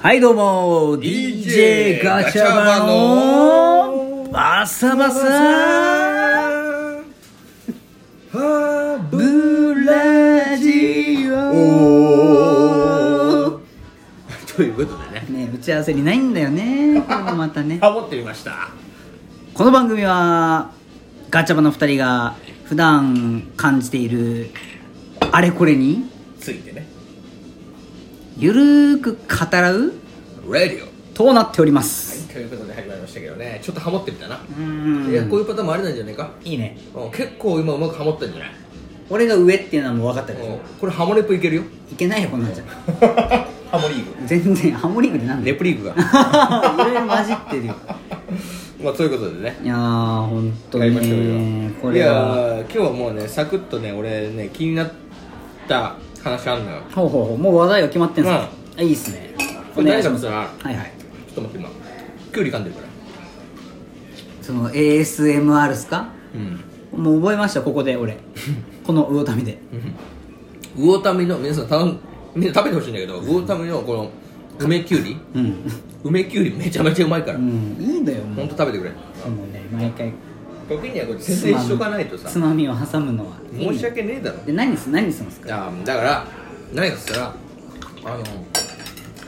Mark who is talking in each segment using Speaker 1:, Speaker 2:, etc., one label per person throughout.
Speaker 1: はいどうも DJ ガチャバのバサバサ
Speaker 2: は
Speaker 1: ブラジオ
Speaker 2: ということでね
Speaker 1: ね打ち合わせにないんだよねこれもまたね
Speaker 2: ハモってみました
Speaker 1: この番組はガチャバの2人が普段感じているあれこれに
Speaker 2: ついてね
Speaker 1: ゆるーく語らう
Speaker 2: レディオは
Speaker 1: となっております
Speaker 2: いということで始まりましたけどねちょっとハモってみたな
Speaker 1: うーん
Speaker 2: いやこういうパターンもありなんじゃないか
Speaker 1: いいね
Speaker 2: うん結構今うまくハモったんじゃない
Speaker 1: 俺が上っていうのはもう分かったでし
Speaker 2: うん
Speaker 1: ょ
Speaker 2: これハモレプいけるよ
Speaker 1: いけないよこんなんじゃ
Speaker 2: ハモリーグ
Speaker 1: 全然ハモリングでなんだ
Speaker 2: レ
Speaker 1: よ
Speaker 2: プリーグが
Speaker 1: いろいろ混じってるよ
Speaker 2: まあそういうことでね
Speaker 1: いやー本当
Speaker 2: やりましょう
Speaker 1: ねこ
Speaker 2: よい
Speaker 1: れ
Speaker 2: や
Speaker 1: は
Speaker 2: ー今日はもうねサクッとね俺ね気になった話あんのよ
Speaker 1: ほうほうほうもう話題が決まってんすか、あいいっすね
Speaker 2: これ誰かのさ
Speaker 1: はいはい
Speaker 2: ちょっと待って今キュウリ噛んでるから
Speaker 1: その ASMR っすか
Speaker 2: うん
Speaker 1: もう覚えましたここで 俺この魚民で
Speaker 2: 魚民の皆さん頼んみんな食べてほしいんだけど魚民のこの梅きゅうり
Speaker 1: うん、
Speaker 2: 梅きゅうりめちゃめちゃうまいか
Speaker 1: う
Speaker 2: ら、ほん
Speaker 1: ん、いいのよ
Speaker 2: と
Speaker 1: も
Speaker 2: 本当食べてくれ
Speaker 1: うもうね毎回
Speaker 2: 時にはこれ宣伝しとかないとさ
Speaker 1: つまみを挟むのは
Speaker 2: 申し訳ねえだろ
Speaker 1: で何す何すんすか
Speaker 2: あだから何かっつったらあの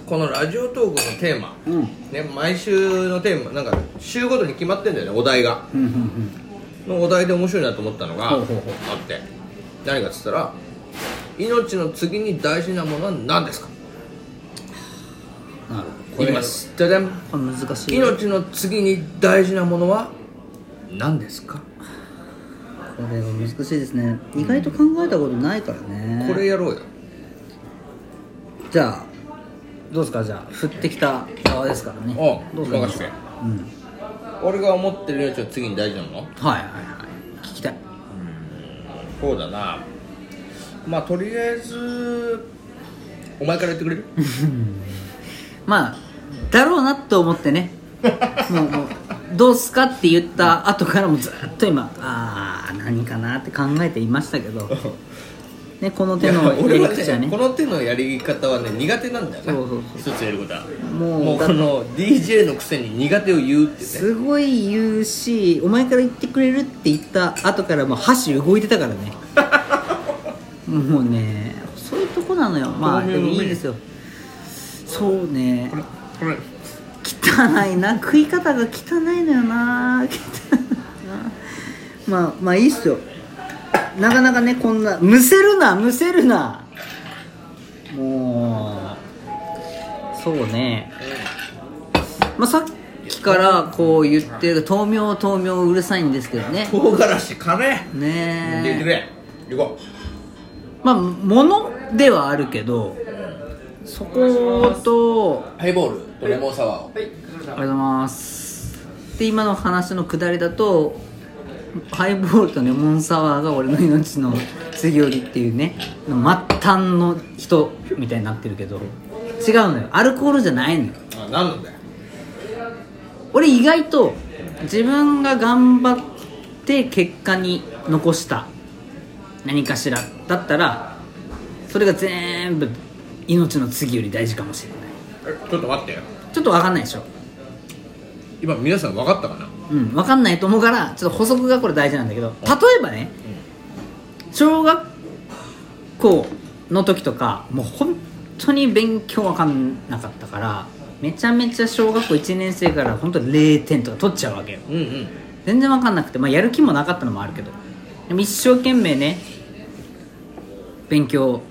Speaker 2: このラジオトークのテーマ、
Speaker 1: うんうん
Speaker 2: ね、毎週のテーマなんか週ごとに決まってんだよねお題が
Speaker 1: うんうん
Speaker 2: のお題で面白いなと思ったのがあ
Speaker 1: ほ
Speaker 2: っ
Speaker 1: うほうほう
Speaker 2: て何かっつったら命の次に大事なものは何ですか
Speaker 1: なるほど
Speaker 2: 言いますじゃじゃん
Speaker 1: これ難しいこ
Speaker 2: 命の次に大事なものは何ですか
Speaker 1: れは難しいですね意外と考えたことないからね
Speaker 2: これやろうよ
Speaker 1: じゃあどうですかじゃあ振ってきた側ですからね
Speaker 2: あ
Speaker 1: どう
Speaker 2: 任せて
Speaker 1: うん
Speaker 2: 俺が思ってる命の次に大事なもの
Speaker 1: はいはいはい聞きたい
Speaker 2: そうだなまあとりあえずお前から言ってくれる
Speaker 1: まあだろうなと思ってねもうもうどうすかって言った後からもずっと今ああ何かなって考えていましたけど、ね、この手のやり口はね
Speaker 2: この手のやり方はね苦手なんだよね
Speaker 1: そうそう
Speaker 2: 一つやることは
Speaker 1: もう
Speaker 2: もうこの DJ のくせに苦手を言うってね
Speaker 1: すごい言うしお前から言ってくれるって言った後からもう箸動いてた からねもうねそういうとこなのよまあ
Speaker 2: この
Speaker 1: でも
Speaker 2: 辺
Speaker 1: い
Speaker 2: の
Speaker 1: い
Speaker 2: ね
Speaker 1: ですよそうね
Speaker 2: これ
Speaker 1: 汚いな食い方が汚いのよな汚いな まあまあいいっすよなかなかねこんなむせるなむせるなもうそうね、まあ、さっきからこう言ってる豆苗豆苗うるさいんですけどね
Speaker 2: 唐辛子金言ってく
Speaker 1: ねえ
Speaker 2: れ行こ
Speaker 1: まあものではあるけどそこと
Speaker 2: うハイボールとレモンサワーを
Speaker 1: ありがとうございますで今の話のくだりだとハイボールとレモンサワーが俺の命の次よりっていうね末端の人みたいになってるけど違うのよアルコールじゃないのよ
Speaker 2: あ何なんだよ
Speaker 1: 俺意外と自分が頑張って結果に残した何かしらだったらそれが全部命の次より大事かもしれない
Speaker 2: えちょっと待ってよ
Speaker 1: ちょっと分かんないでしょ
Speaker 2: 今皆さん分かったかな
Speaker 1: うん、分かんないと思うからちょっと補足がこれ大事なんだけど例えばね小学校の時とかもう本当に勉強分かんなかったからめちゃめちゃ小学校1年生から本当に0点とか取っちゃうわけよ
Speaker 2: うんうん
Speaker 1: 全然分かんなくて、まあ、やる気もなかったのもあるけどでも一生懸命ね勉強、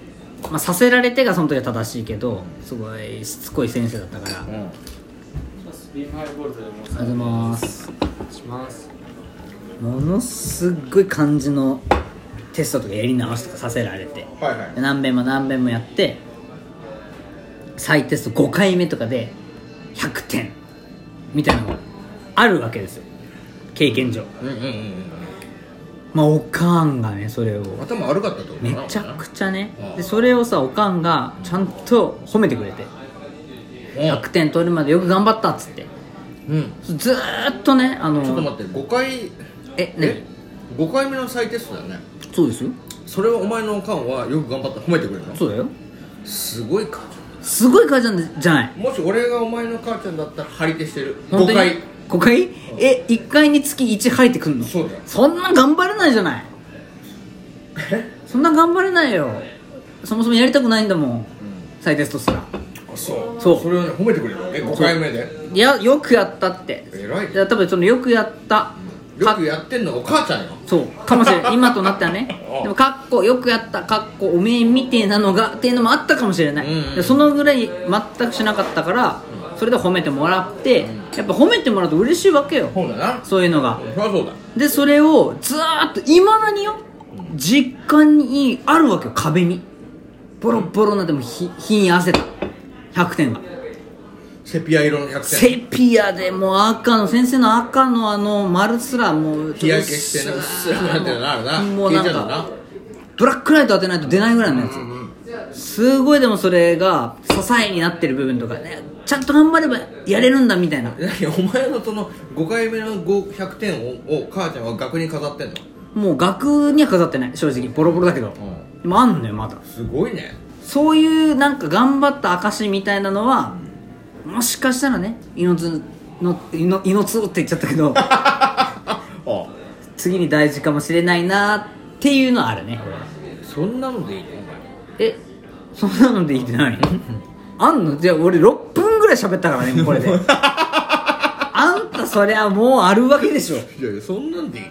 Speaker 1: まあ、させられてがその時は正しいけどすごいしつこい先生だったから
Speaker 2: う、ん
Speaker 3: ビームハイボールでも
Speaker 1: ありがとうございます
Speaker 3: します。
Speaker 1: ものすっごい漢字のテストとかやり直しとかさせられて
Speaker 2: はいはい
Speaker 1: で何遍も何遍もやって再テスト5回目とかで100点みたいなのがあるわけですよ経験上
Speaker 2: うんうんうん
Speaker 1: まあおかんがねそれを
Speaker 2: うん頭悪かったってこと
Speaker 1: め
Speaker 2: 思う
Speaker 1: ちゃく
Speaker 2: ち
Speaker 1: ちゃね
Speaker 2: うん
Speaker 1: でそれをさおかんがちゃんと褒めてくれて
Speaker 2: ゃ
Speaker 1: 100点取るまでよく頑張ったっつって
Speaker 2: うん
Speaker 1: ずーっとねあの
Speaker 2: ちょっと待って5回
Speaker 1: え
Speaker 2: え
Speaker 1: ね
Speaker 2: 5回目の再テストだよね
Speaker 1: そうですよ
Speaker 2: それはお前のおかんはよく頑張った褒めてくれるの
Speaker 1: そうだよ
Speaker 2: すごい感情
Speaker 1: すごい母ちゃんじゃない
Speaker 2: もし俺がお前の母ちゃんだったら張り手してる
Speaker 1: 本当
Speaker 2: 5
Speaker 1: に
Speaker 2: 回
Speaker 1: 5回え一1回につき1入ってくんの
Speaker 2: そうだよ
Speaker 1: そんな頑張れないじゃないそんな頑張れないよそもそもやりたくないんだもん再テストすら
Speaker 2: あそう
Speaker 1: そう
Speaker 2: それをね褒めてくれるのね5回目で
Speaker 1: いやよくやったって
Speaker 2: 偉い
Speaker 1: いや多分そのよくやった
Speaker 2: よくやってんのがお母ちゃんよ
Speaker 1: そうかもし れない今となってはね
Speaker 2: うん
Speaker 1: でもかっこよくやったかっこおめえみてえなのがっていうのもあったかもしれない、
Speaker 2: うんうん
Speaker 1: でそのぐらい全くしなかったからそれで褒めてもらって、やっぱ褒めてもらうと嬉しいわけよ
Speaker 2: そうだな
Speaker 1: そういうのが
Speaker 2: そりゃそうだ
Speaker 1: でそれをずーっといまだによ実感にあるわけよ壁にボロボロになってもひひん汗だ100点が
Speaker 2: セピア色の100点
Speaker 1: セピアでもう赤の先生の赤のあの丸すらもう
Speaker 2: 日焼けしてなうっすらなんてなるな
Speaker 1: もうなん
Speaker 2: 消えちゃうんだな
Speaker 1: かブラックライト当てないと出ないぐらいのやつ、
Speaker 2: うんうん
Speaker 1: すごいでもそれが支えになってる部分とかねちゃんと頑張ればやれるんだみたいな
Speaker 2: 何お前のその5回目の5 100点をを母ちゃんは額に飾ってんの
Speaker 1: もう額には飾ってない正直ボロボロだけど、
Speaker 2: ん
Speaker 1: でもあんのよまだ
Speaker 2: すごいね
Speaker 1: そういうなんか頑張った証みたいなのはもしかしたらね命のの命って言っちゃったけ ど
Speaker 2: あ
Speaker 1: 次に大事かもしれないなっていうのはあるね
Speaker 2: そんなのでいいの
Speaker 1: えそんなのでいいって何 あんのじゃあ俺6分ぐらい喋ったからねこれ であんたそりゃもうあるわけでしょ
Speaker 2: お前いやいやそんなんでいい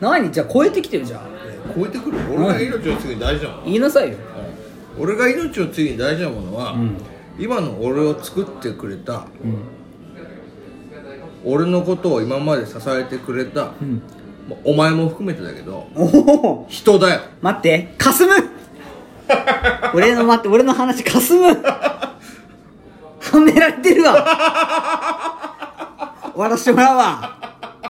Speaker 2: の
Speaker 1: 何じゃあ超えてきてるじゃん
Speaker 2: 超えてくる俺が命を継ぐに大事なもの
Speaker 1: 言いなさいよ
Speaker 2: 俺が命を継ぐに大事なものは、
Speaker 1: ん
Speaker 2: 今の俺を作ってくれた、俺のことを今まで支えてくれた、
Speaker 1: ん
Speaker 2: まあお前も含めてだけど
Speaker 1: おお
Speaker 2: 人だよ
Speaker 1: 待ってかすむ俺の待って俺の話かすむはめられてるわ終わらしてもらうわ